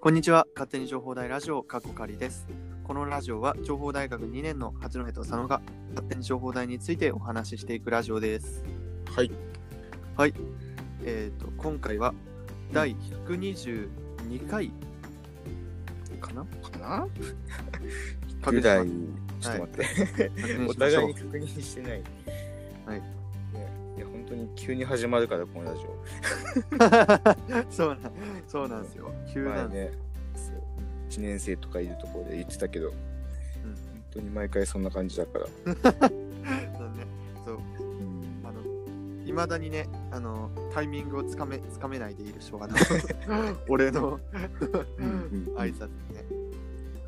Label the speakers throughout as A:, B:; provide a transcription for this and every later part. A: こんにちは勝手に情報大ラジオかっこかりですこのラジオは情報大学2年の八戸と佐野が勝手に情報大についてお話ししていくラジオです
B: はい。
A: はいえっ、と今回は第122回かな
B: かな
A: 確認
B: ぐ
A: しま
B: らい、ちょっと待って。
A: す確認
B: お
A: しましょ
B: 互いうに確認してない。
A: はい
B: ね。いや、本当に急に始まるから、このラジ オ。
A: そうなんそうなんですよ急な
B: 前
A: んです
B: ね、そう。1年生とかいるところで言ってたけど、本当に毎回そんな感じだから。
A: そうねそう
B: うん
A: あの、いまだにね、あの、タイミングをつかめ、つかめないでいる人 がな、俺の
B: うん
A: 挨拶ね。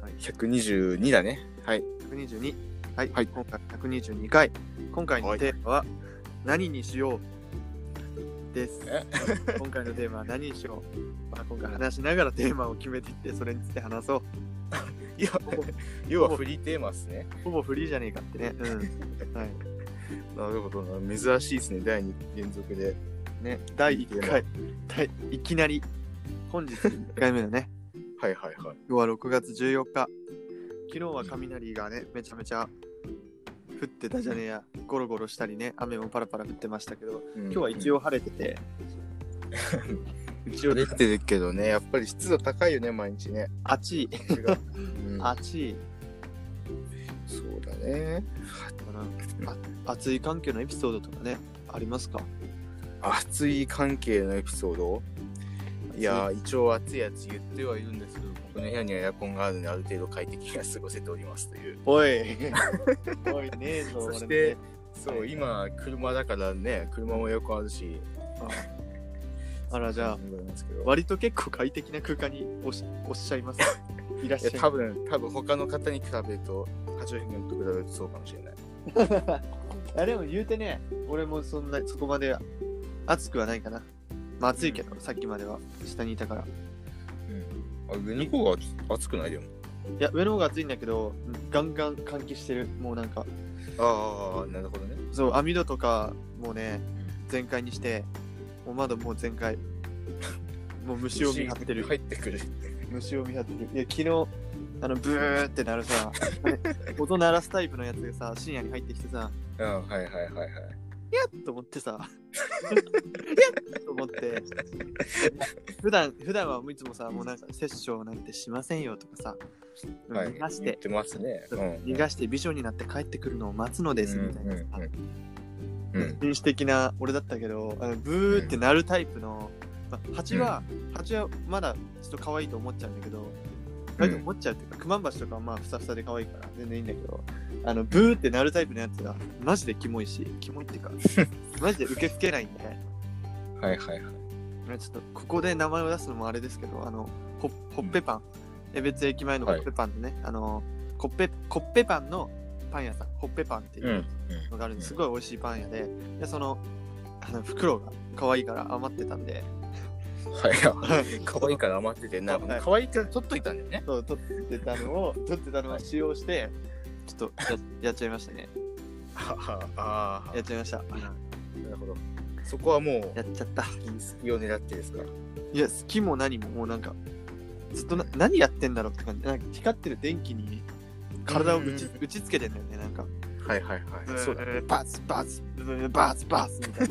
A: はい、
B: 122だね。はい。
A: 122。はい、
B: はい
A: 今回122回。今回のテーマは、何にしようです。
B: え
A: 今回のテーマは何にしよう。まあ、今回話しながらテーマを決めていって、それについて話そう。
B: いや、 要はフリーテーマですね。
A: ほぼフリーじゃねえかってね。うん。はい。
B: なるほどな。珍しいですね、第2連続で。
A: ね、第1回、第いきなり、本日1回目のね、
B: はいはいはい。
A: 今日は6月14日。昨日は雷がね、めちゃめちゃ降ってたじゃねえや、ゴロゴロしたりね、雨もパラパラ降ってましたけど、
B: 今
A: 今日は一応晴れてて、一応
B: 出てるけどね、やっぱり湿度高いよね、毎日 ね。
A: 暑い、
B: うん
A: 暑い、
B: そうだね。
A: あ暑い環境のエピソードとかね、ありますか
B: 熱い関係のエピソードいやー、一応熱いやつ言ってはいるんですけど、僕の部屋にはエアコンがあるので、ある程度快適には過ごせておりますという。
A: おい、 おい、ねえぞ、
B: そし
A: 俺ね、
B: てそう、
A: はい
B: 今、車だからね、車もエアコンあるし。
A: あら、じゃあ、
B: そうなんですけど
A: 割と結構快適な空間におっしおっしゃい ます。いらっ
B: い
A: しゃ
B: や
A: い
B: 多分、多分他の方に比べると、八戸君と比べるとそうかもしれない。
A: あでも言うてね俺もそんなそこまで暑くはないかなまあ暑いけど、さっきまでは下にいたからい
B: あ上の方が暑くないよ。
A: や上の方が暑いんだけどガンガン換気してるもうなんか
B: ああ、なるほどね。
A: そう網戸とかもね全開にしてもう窓もう全開 もう虫を見張ってる
B: 入ってくる。
A: 虫を見張ってるいや昨日あのブーってなるさ あれ音鳴らすタイプのやつがさ深夜に入ってきてさ
B: うん、はいはいはいはい。
A: と思って さえっと思って普段普段はもういつもさもうなんか殺生なんてしませんよとかさ、
B: はい、
A: 逃がし
B: 言っててますね。うん
A: 逃がして美女になって帰ってくるのを待つのですみたいなさ
B: うんうんうん
A: 紳士的な俺だったけどあのブーってなるタイプの、まあ、蜂は蜂はまだちょっと可愛いと思っちゃうんだけど可愛いと思っちゃうっていうか、クマンバチとかはまあふさふさで可愛いから全然いいんだけどあのブーってなるタイプのやつがマジでキモいしキモい っていうかマジで受け付けないんで
B: うんはいはいはい。
A: ねちょっとここで名前を出すのもあれですけど、あの、ほほっぺパン、江別駅前のほっぺパンでね、あの、コッペ、コッペパンのパン屋さん、ほっぺパンっていうのがあるんです、すごい美味しいパン屋で、で、その、あの、袋が可愛いから余ってたんで、
B: はい。 可愛いから余ってて、なん
A: は
B: か
A: い
B: 可愛いから取っといたんだよね。
A: そう、取ってたのを、取ってたのを使用して、ちょっとややっちゃいましたね。
B: ああ
A: やっちゃいました。
B: なるほど。そこはもう
A: やっちゃった。
B: 隙を狙ってですか。
A: いや、好きも何も、もうなんか、ずっとな何やってんだろうって感じ。なんか光ってる電気に体を打ち
B: うん
A: 打ちつけてんだよね、なんか。
B: はいはいはい。そうだね。
A: バツバツバツバツみ たい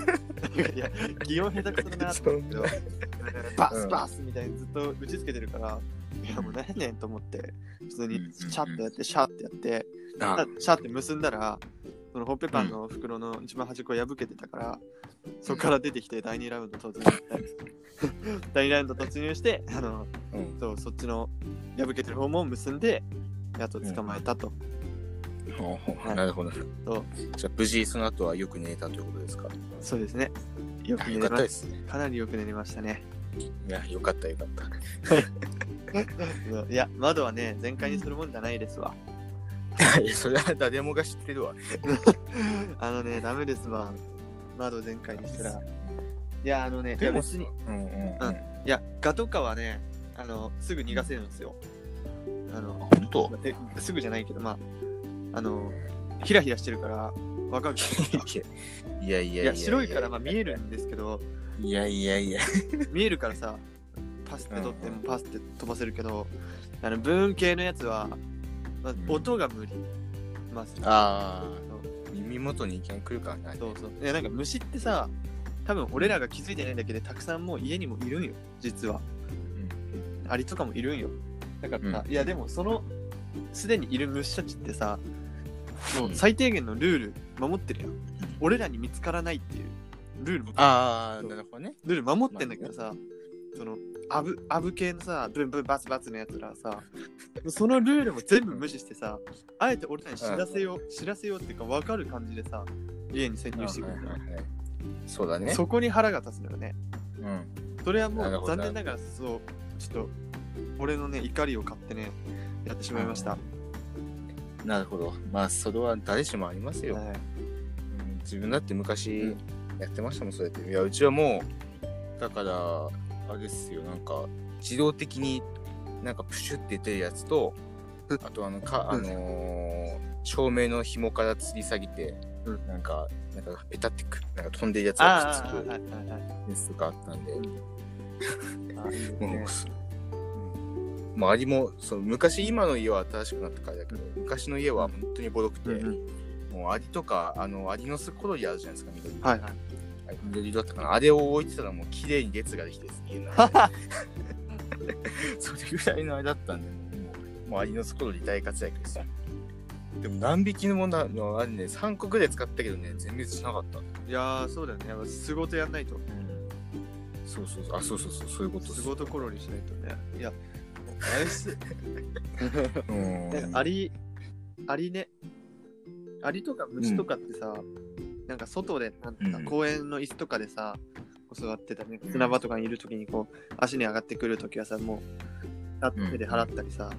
A: な。いや、擬音下手くそだなと思って、バツバツみたいにずっと打ちつけてるから、いやもう何やねんと思って、普通にシャッとやって、シャッとやって、
B: あ
A: シャッと結んだら、そのほっぺパンの袋の一番端っこ破けてたから、そこから出てきて第2ラウンド突入して、第2ラウンド突入して、あの、
B: うん
A: そうそっちの破けてる方も結んで、やっと捕まえたと。
B: ほうほうなるほど。
A: そう
B: じゃあ無事その後はよく寝れたということですか。
A: そうですね。よく
B: よ
A: 寝
B: か
A: れ
B: った
A: まし
B: ですね。
A: た。かなりよく寝れましたね。
B: いやよかったよかった。
A: そういや、窓はね、全開にするもんじゃないですわ。
B: いやそれは誰もが知ってるわ。
A: あのね、ダメですわ。窓全開にしたら。いや、あのね、い
B: で
A: や
B: も
A: 別に、い
B: うんうん
A: うんや、ガとかはね、あの、すぐ逃がせるんですよ。あの、
B: 本当。
A: えすぐじゃないけど、まあ、あの、ひらひらしてるから、わかるじゃないですか
B: いやいや
A: いや、白いからまあ見えるんですけど、
B: いやいやいや。
A: 見えるからさ、パパスって取ってもパスって飛ばせるけど、あの文系のやつは、まあ
B: うん
A: 音が無理ます、
B: あ
A: そう
B: あ、耳元にいきなり来るからね。
A: そうそういやなんか虫ってさ多分俺らが気づいてないだけでたくさんもう家にもいるんよ実はアリとかもいるんよだからさ、いやでもそのすでにいる虫たちってさもう最低限のルール守ってるやん俺らに見つからないっていうルールも
B: ああ、なるほどね。
A: ルール守ってんだけどさ、そのアブアブ系のさブンブンバツバツのやつらはさそのルールも全部無視してさあえて俺らに知らせよう知らせようっていうか分かる感じでさ家に潜入してくるの
B: はいはいはいそうだね。
A: そこに腹が立つのよね
B: うん。
A: それはも
B: なる
A: う
B: ほど
A: 残念ながらそうちょっと俺のね怒りを買ってねやってしまいました、は
B: なるほど。まあ、それは誰しもあります
A: い
B: よ。うん自分だって昔やってましたもん、そうやって。いや、うちはもう、だから、あれですよ、なんか、自動的になんかプシュって出るやつと、
A: うん
B: あとあの、か、
A: う
B: あ
A: ん
B: のー照明の紐から吊り下げて、
A: うん
B: なんか、なんか、ペタってく、なんか飛んでるやつが
A: あ
B: く
A: あ
B: っつく
A: はいはいはい
B: やつとかあったんで、
A: あいいです
B: もう、
A: ね
B: うん周りも、その昔、今の家は新しくなったからだけど、昔の家は本当にボロくて、
A: うんうん
B: もうアリとか、あの、アリの巣コロリあるじゃないですか、緑色。
A: はいはい
B: はい緑色だったかな。あれを置いてたらもう綺麗に列ができてですね。家の中 でそれぐらいのあれだったんで、もう、もうアリの巣コロリ大活躍でした。でも何匹のもののあれね、3個ぐらい使ったけどね、全滅しなかった。
A: いやーそうだよねやっぱ仕事やんないと
B: そうそうそう、あ、そうそうそう、そういうことです
A: 仕。事コロリしないとねいやあれっ す
B: うん
A: なんかアリ、アリね、アリとか虫とかってさ、なんか外で、なんていうか
B: うん
A: 公園の椅子とかでさ、こう座ってたり、砂場とかにいるときにこう、足に上がってくるときはさ、もう、立って手で払ったりさ、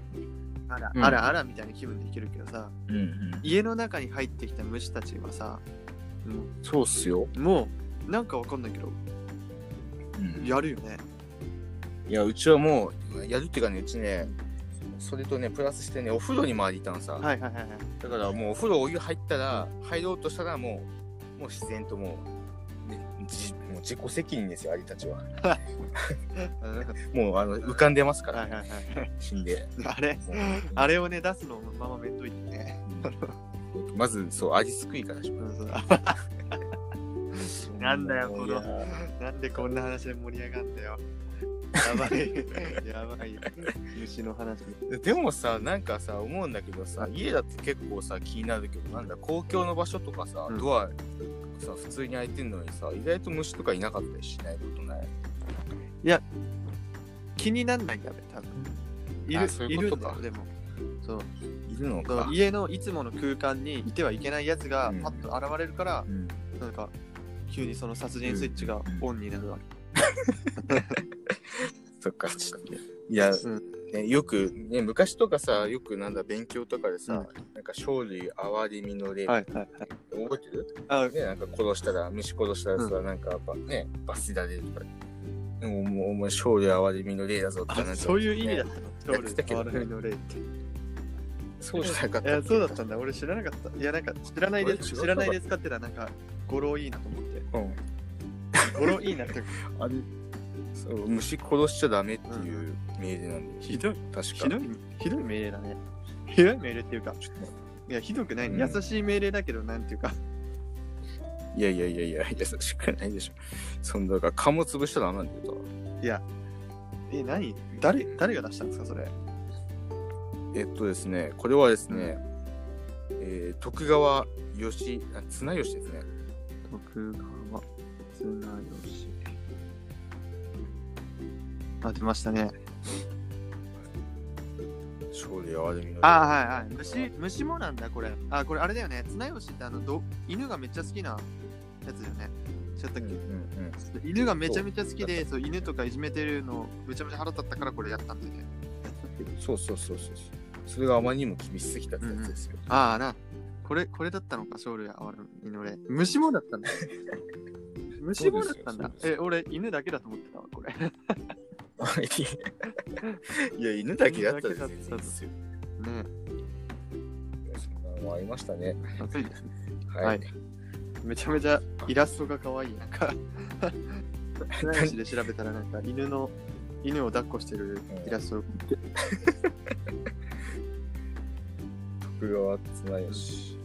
A: あら、
B: うん
A: あら、あらみたいな気分でいけるけどさ、
B: うんうん
A: 家の中に入ってきた虫たちはさ、も
B: そうっすよ。
A: う、もうなんかわかんないけど、
B: うん
A: やるよね。
B: いや、うちはもう、やるっていうかね、うちね、それとね、プラスしてね、お風呂に回りたんさ。
A: はいはいはいはい。
B: だからもうお風呂お湯入ったら入ろうとしたらもうもう自然ともう,、ね、じもう自己責任ですよアリたちは
A: うん
B: もうあの浮かんでますか
A: は
B: ら
A: いはいはい。
B: 死 んで
A: あれ
B: もう
A: あれをね、出すのをままめんどいてね。
B: うんまずそうアリすくいからし
A: うんそう
B: ます
A: なんだよ
B: も
A: この
B: ういや
A: なんでこんな話で盛り上がんだよ。やばい。やばい。虫の話。
B: でもさなんかさ思うんだけどさ
A: はい
B: 家だって結構さ気になるけどなんだ公共の場所とかさ、
A: うん
B: ドアさ普通に開いてんのにさ意外と虫とかいなかったりしないことない
A: 気になんないんだね、多分。い
B: あ
A: る、
B: そう
A: い
B: いう
A: る
B: こ
A: ん
B: と
A: だ
B: か
A: よ、でも。そう。
B: いるの
A: そ
B: か
A: の、家のいつもの空間にいてはいけないやつが
B: うん
A: パッと現れるから、
B: うん
A: なんか、急にその殺人スイッチがオンになるわけ。
B: そっかそっかいや
A: うん。
B: ね、よく、ね、昔とかさよくなんだ勉強とかでさ、なんか生類憐れみの例、
A: はいはいはい。
B: 覚えてる、
A: あ
B: ね、なんか殺したら虫殺したらさ、
A: う
B: なんかやっぱね罰せられるとかでももうお前生類憐れみの例だぞってなん
A: あ、
B: か
A: そういう意味だっ
B: ね
A: たの。
B: やってたけどね
A: トールの例って。
B: そうじゃなかっ
A: い
B: た
A: や、そうだったんだ。俺知らなかった。いや、なんか、知らないで
B: 俺
A: す。
B: 知らなかった
A: 知らないですかってのは、なんか、語呂いいなと思 って。
B: うん
A: 語呂いいなって。
B: あれそう虫殺しちゃダメっていう命令なんで、
A: ひどい。
B: 確か
A: ひどい、ひどい命令だね。ひどい命令っていうか、
B: ちょっとね
A: いや、ひどくない、
B: うん
A: 優しい命令だけど、なんていうか、
B: いやいやいやいや優しくないでしょそんだから蚊も潰しちゃダメなんだよ
A: え、何誰、誰が出したんですか、それ。
B: えっとですね、これはですね、えー徳川義あ綱吉ですね。
A: 徳川綱吉。あ、出ましたね。
B: 勝利哀れみの。
A: あ、はいはい。虫、虫もなんだ、これ。あ、これあれだよね。綱吉って、あの、ど犬がめっちゃ好きなやつだよね。ちょっと
B: うんうんうん。
A: 犬がめちゃめちゃ好きで、そう犬とかいじめてるの、めちゃめちゃ腹立ったから、これやったんだよね。
B: そうそうそうそうそう。それがあまりにも厳しすぎたってやつですよ。
A: ああな、これ、これだったのか、勝利や哀れみのれ。虫もだったん だ。虫もだったんだ
B: そう。ですよそ
A: え、
B: う
A: 俺、犬だけだと思ってたわ、これ。ね
B: いや犬だけだったら全
A: 犬だけだったら
B: 然いいですよ。そんなのもありましたね。
A: 暑いですね。
B: はい。
A: はいめちゃめち ゃイラストが可愛い。なんか、何で調べたら、なんか、犬の犬を抱っこしてるイラスト、
B: 徳川綱吉。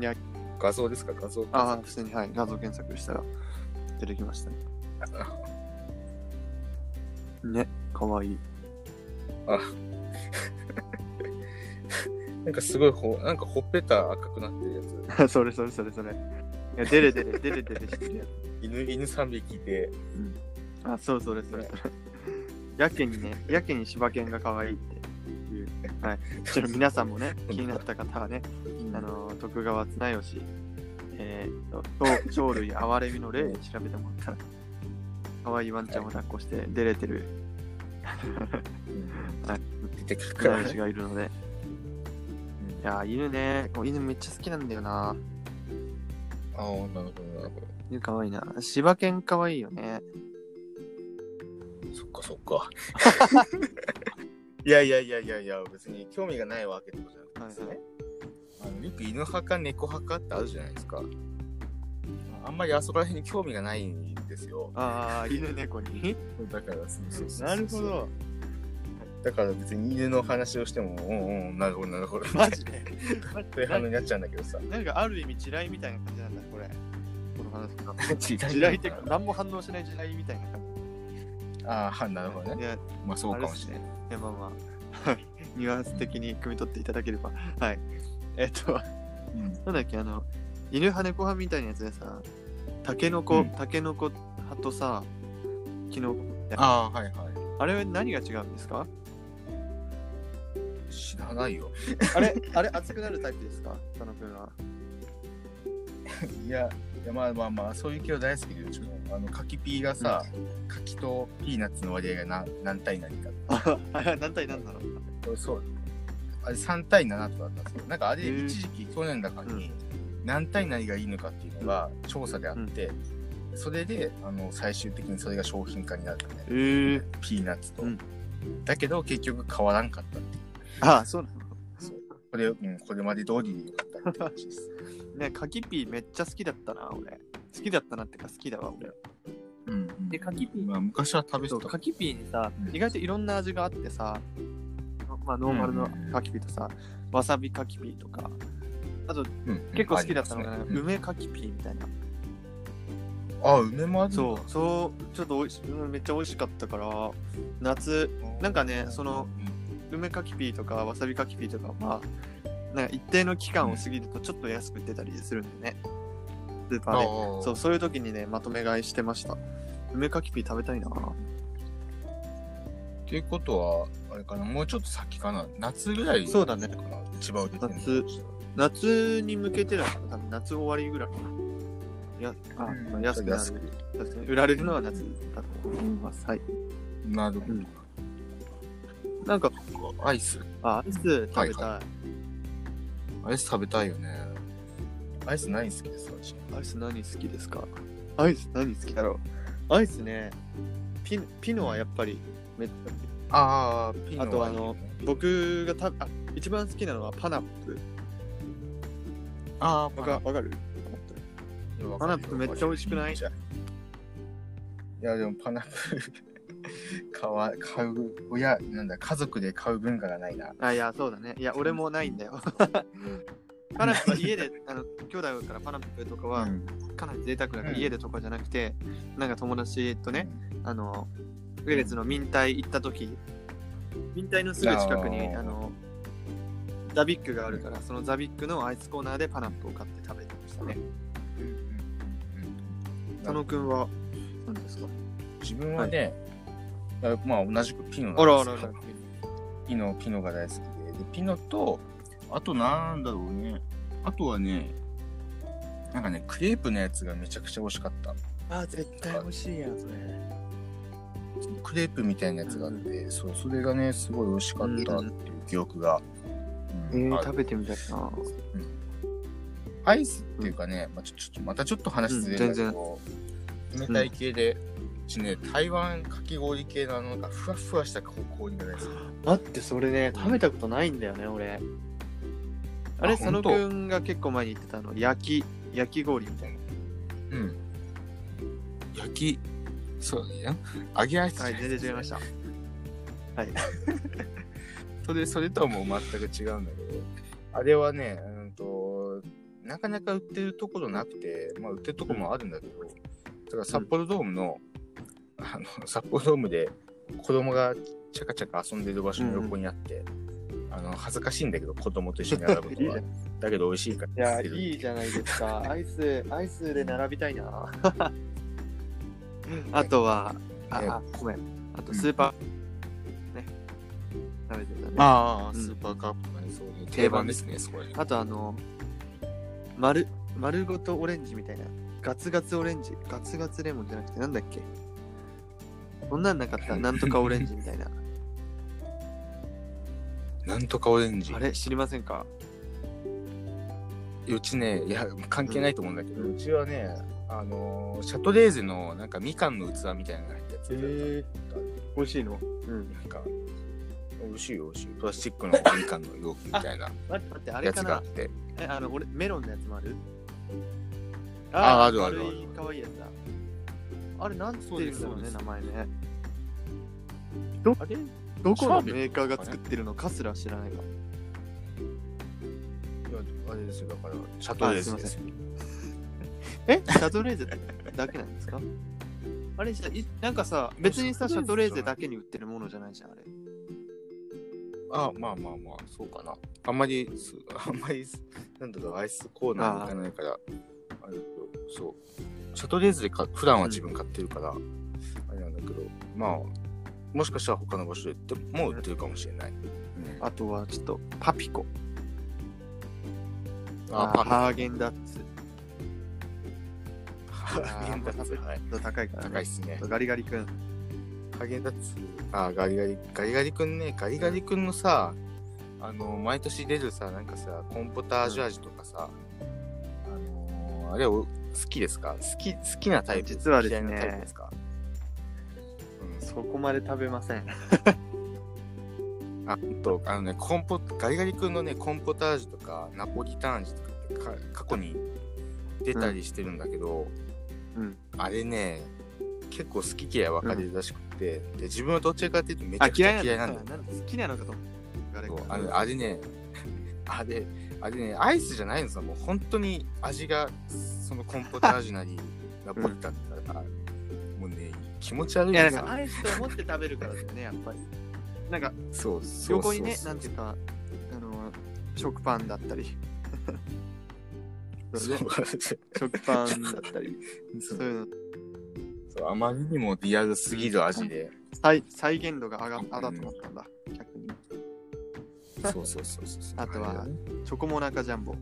A: いや
B: 画像ですか画像
A: ああ、普通に、はい、謎検索したら出てきました ね。ね、かわい い。
B: なんかすごいほなんかほっぺた赤くなってるやつ
A: それそれそれそれ。いや、デレデレ、デレデレしてるやつ。
B: 犬犬3匹で
A: あ、そうそれそれそれ。やけにね、やけに柴犬が可愛いっていう。はい。ちょっと皆さんもね、気になった方はね、あの、徳川綱吉、えーと、と鳥類憐れみの例で調べてもらったら、可愛いワンちゃんを抱っこして、出れてるはい
B: 出てくるから
A: 綱
B: ね
A: 吉がいるので、いやー、犬ね、こう犬めっちゃ好きなんだよな。
B: ああなるほどなるほ
A: 犬可愛いな。柴犬可愛いよね。
B: どそっかそっ かいやいやいやいやいや別に興味がないわけってことじゃなくてですね、あのよく犬派か猫派かってあるじゃないですかあんまりあそこら辺に興味がないんですよ
A: ああ、犬猫に。
B: だからそうそうそうそう
A: なるほど。
B: だから別に犬の話をしてもうんうんなるほどなるほど
A: マジ で。
B: っていう反応になっちゃうんだけどさ
A: なんかある意味地雷みたいな感じなんだ、これ。この話 が。
B: 地
A: 地雷っていうか、何も反応しない地雷みたいな感じ。
B: ああ なるほどね
A: いや、い
B: まあそうかもしれない
A: やまあまあ。はい。ニュアンス的に汲み取っていただければ。はい。えっと、
B: うん
A: なんだっけ、あの、犬派猫派みたいなやつでさ、タケノコ、
B: うん
A: タケノコ派とさ、キノコ。
B: ああはいは
A: あれは何が違うんですか
B: い知らないよ
A: あれ、あれ、熱くなるタイプですか佐野くんは。
B: いやいやまあまあまあそういう系は大好きでうちもあの柿ピーがさ、柿とピーナッツの割合がな何対何か
A: あれ、何対何なの
B: そうあれ3対7とかだったんですけどなんかあれ
A: へー
B: 一時期去年だからに何対何がいいのかっていうのが調査であって、それであの最終的にそれが商品化になったね
A: えー、
B: ピーナッツと、
A: うん
B: だけど結局変わらんかったっていう
A: ああ、そうなの
B: これ,、うん、これまで通りでよかったって 話です
A: ね、カキピーめっちゃ好きだったな、俺。好きだったなってか好きだわ、俺。で柿ピー
B: まあ、昔は食べて
A: そう、
B: た
A: カキピーにさ
B: う、ん
A: 意外といろんな味があってさ、まあ、ノーマルのカキピーとさ、わさびカキピーとか、結構好きだったのが、なんか
B: うん
A: 梅カキピーみたいな。
B: あ梅もあるの
A: そう、そう、ちょっとおいし、うんめっちゃ美味しかったから、夏、なんかねその梅かきピーとかわさびかきピーとかまあなんか一定の期間を過ぎるとちょっと安く売ってたりするんでね、スーパーで
B: そ
A: そううそういう時にねまとめ買いしてました梅かきピー食べたいな
B: っていうことはあれかなもうちょっと先かな夏ぐらい
A: そうだね
B: かな一番売れてるの
A: 夏夏に向けてだから多分夏終わりぐらいかないやあ、
B: うん
A: まあ、安くなる
B: 安く
A: そうですね売られるのは夏だと思いますはい
B: なるほ
A: うんなんか
B: どアイス
A: あアイス食べたい、
B: はいアイス食べたいよねアイス何好きですか私
A: アイス何好きですかアイス何好きだろうアイスねピピノはやっぱりめっちゃ
B: ああピ
A: あとあの僕がたあ一番好きなのはパナップ。
B: ああ
A: わかわかるパナップめっちゃ美味しくない
B: いやでもパナップ 買わ買う親なんだ家族で買う文化がないな
A: あ、いや、そうだね。いや、俺もないんだよ。 パナップは 家で、あの、兄弟からパナップとかは、かなり贅沢だから
B: うん
A: 家でとかじゃなくて、なんか友達とね、あの、ウェルツの民体行った時、民体のすぐ近くに、
B: あー
A: あの、ザビックがあるから、そのザビックのアイスコーナーでパナップを買って食べてましたね。
B: うんうんうん
A: 佐野くんは、何ですか
B: 自分はね、あまあ同じくピノ
A: あら
B: な
A: あ
B: ん
A: ら
B: で
A: あ
B: すけ
A: ら
B: ど。ピノピノが大好きででピノとあとなんだろうねあとはねなんかねクレープのやつがめちゃくちゃ美味しかった
A: あ、絶
B: 対美
A: 味しいやん、それ。
B: クレープみたいなやつがあって、そうそれがねすごい美味しかったっていう記憶が、
A: え
B: うんあ
A: ー、
B: る
A: 食べてみたいな。
B: アイスっていうかね、まあ、ちょちょっとまたちょっと話ずれるんだけど、冷たい系で、うちね台湾かき氷系のあのなんかふわふわした氷が大好き
A: 待ってそれね食べたことないんだよね俺あれ
B: あ
A: 佐野
B: 本当
A: くんが結構前に言ってたの焼き焼き氷みたいな
B: うんうん。焼き、そういや、揚げアイスじゃ
A: は、
B: ないい
A: 全然違いました。
B: それ、それとはもう全く違うんだけど、あれはね、うんと、なかなか売ってるところなくて、まあ売ってるところもあるんだけど、だから札幌ドームの、あの、札幌ドームで子供がチャカチャカ遊んでる場所の横にあって、あの、恥ずかしいんだけど、子供と一緒に並ぶのは
A: いい。
B: だけど美味しいか
A: い
B: ら
A: や、
B: 捨てるってう
A: いいじゃないですか。 アイス、アイスで並びたいな。あとは、あ、あごめん。あと、スーパー、ね、食べてたね。あ
B: ああ、
A: うん
B: スーパーカップのね、そうね、定番ですね、そこら辺。
A: と、あの、丸、丸ごとオレンジみたいな。ガツガツオレンジ。ガツガツレモンじゃなくて、なんだっけそんなんなかった。なんとかオレンジみたい な。
B: なんとかオレンジ
A: あ。れ、知りませんか
B: うちね、いや、関係ないと思うんだけど、うちはね、あのーシャトレーゼのなんかみかんの器みたいなのが入ったやつ。
A: 美味しいのうん。
B: なんか、美味しいよ美味しい。プラスチックのみかんの容器みたいな
A: 待って、待って、あれ
B: や
A: か
B: つがあっ
A: な
B: て。
A: え、あの、俺、メロンのやつもある
B: ああるある
A: 丸い可愛いやつだ。あれ、なんつってるんだろう
B: そうで
A: ね、
B: す
A: 名前ね。
B: あれ
A: どこの
B: シャーベット
A: メーカーが作ってるのかすら知らないか。
B: あれですよ、だから、シャトレーゼ
A: あすいま
B: で
A: せ
B: す。
A: えシャトレーゼだけなんですか あれじゃいなんかさ、別にさ、シ
B: シ
A: ャ
B: ャ
A: ト
B: ト
A: レ
B: レ
A: ー
B: ー
A: ゼ
B: ゼ
A: だけに売ってるものじゃないじゃん、あれ。
B: あまあまあまあ、そうかな。あんまりす、 あんまりす、なんだろう、アイスコーナーに行かないから、あれだけどそう。シャトレーズでか、普段は自分買ってるから、あれなんだけど、まあ、もしかしたら他の場所で売っても売ってるかもしれない。うん
A: あとは、ちょっと、パピコ。
B: あ、
A: あ
B: パ
A: ハーゲンダッツ。
B: ン。ハー ゲンダッツ、はい。
A: 高いから
B: 高いっ
A: ね。
B: すね。
A: ガリガリ君。
B: ハーゲンダッツ、あ、ガリガリ、ガリガリくんね、ガリガリくんのさ、あの、毎年出るさ、なんかさ、コンポタージュ味とかさ、あのーあれお、好きですか好き、好きなタイプ
A: 実はですね
B: 嫌いなタイプですかうん
A: そこまで食べません。
B: あ、ほんと、あのね、コンポ、ガリガリくんのね、コンポタージュとか、ナポリターン味とかってか、過去に出たりしてるんだけど、
A: うん。
B: あれね、結構好き嫌い分かれるらしくて、で、自分はどっちかっていうとめち
A: あ
B: ゃ、くち
A: 嫌
B: ゃ
A: い
B: 嫌い
A: な
B: なんん
A: だ
B: だ。
A: なん好きなのかと思ったガリガリ
B: そう
A: 君
B: あれあれね、あれ、あれね、アイスじゃないんですよ。もう本当に味が、そのコンポタージュ なり、ナポリタンだから、もうね、気持ち悪いん
A: いや、
B: で
A: なん
B: すよ
A: か、。アイスと思って食べるからだよね、やっぱり。なんか、
B: そうそうそう。
A: 横にね、なんていうか、あの、食パンだったり。そう
B: そう
A: ね 食パ ンだったり、そういうの
B: そうあまりにもリアルすぎる味で、
A: 再再現度が上が上がってったんだ、逆に。
B: そうそうそうそう。
A: あとは
B: れね
A: チョコモナカジャンボ。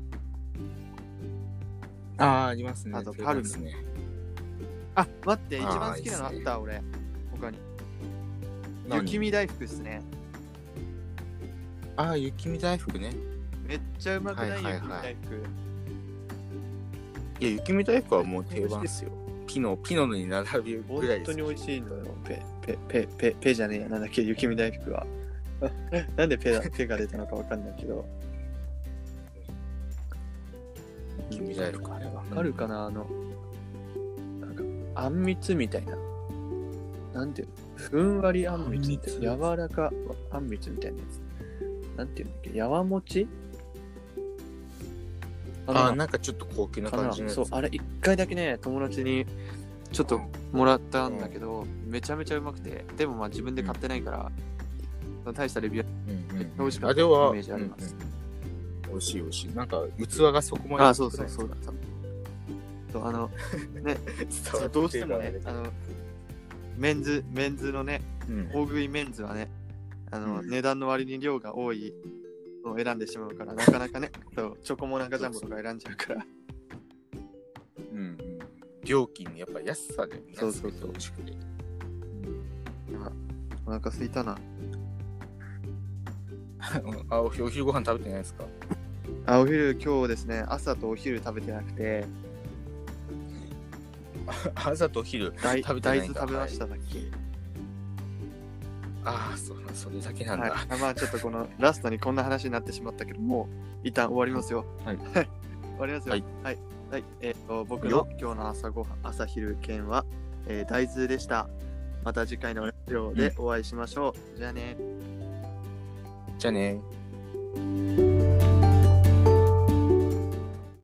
B: あー、ありますね。
A: あと
B: それ
A: パルム
B: ですね。
A: あ、待って、
B: あ
A: 一
B: ー
A: 番好きなのあ
B: い
A: っ
B: いっす
A: た、俺。他に。
B: 何
A: 雪見大福っすね。
B: ああ、雪見大福ね。
A: めっちゃうまくない、
B: はいはいはい
A: 雪見大福。
B: いや、雪見大福はもう定番ですよ。ピノ、ピノに並ぶぐら
A: 本
B: いです
A: 当
B: よ。
A: に美味しいのよ。ペ、ペ、ペ、ペ、ペじゃねえや。なんだっけ、雪見大福は。 なんで ペだペが出たのかわかんないけど。
B: 雪見大福あれは。
A: わかるかなあの、なんか、あんみつみたいな。なんていうのふんわりあんみつみたいな。
B: あんみ
A: 柔らかあんみつみたいなやつ。なんていうんだっけやわもち
B: あー
A: な
B: なんかちょっと高級な
A: か
B: 感
A: な
B: じのやつ
A: そう、あれ一回だけね、友達にちょっともらったんだけど、めちゃめちゃうまくて、でもまあ自分で買ってないから、大したレビュー
B: うんうんうん
A: 美味しかった
B: あれは
A: イメージあります
B: うんうん美味しい美味しいなんか器がそこまで
A: あ、そうそうそうだった。そうあの、
B: 伝わって
A: どうしてもね、あの、メンズ、メンズのね、
B: うん
A: 大食いメンズはね、あの、
B: うん
A: 値段の割に量が多いのを選んでしまうから、なかなかね、 そうチョコモナカジャンボとか選んじゃうから、
B: うんうん料金にやっぱ安さで
A: そうそうそう
B: 安くて美味しくて
A: お腹空いたな。
B: うんあお昼お昼ご飯食べてないですか
A: あ、お昼、今日ですね、朝とお昼食べてなくて、
B: 朝とお昼
A: 大
B: 食べてな
A: 大豆
B: いんだ
A: 食べましただっけ。
B: ああそうなんそれだけなん
A: はい
B: だ、
A: まあちょっとこのラストにこんな話になってしまったけど、もう一旦終わりますよ。終わりますよ。は
B: はいい。
A: はい。えっ、と、僕の
B: よ
A: 今日の朝ごはん、朝昼兼は、えー大豆でした。また次回のラジオでお会いしましょう。じゃあね
B: じゃあねー。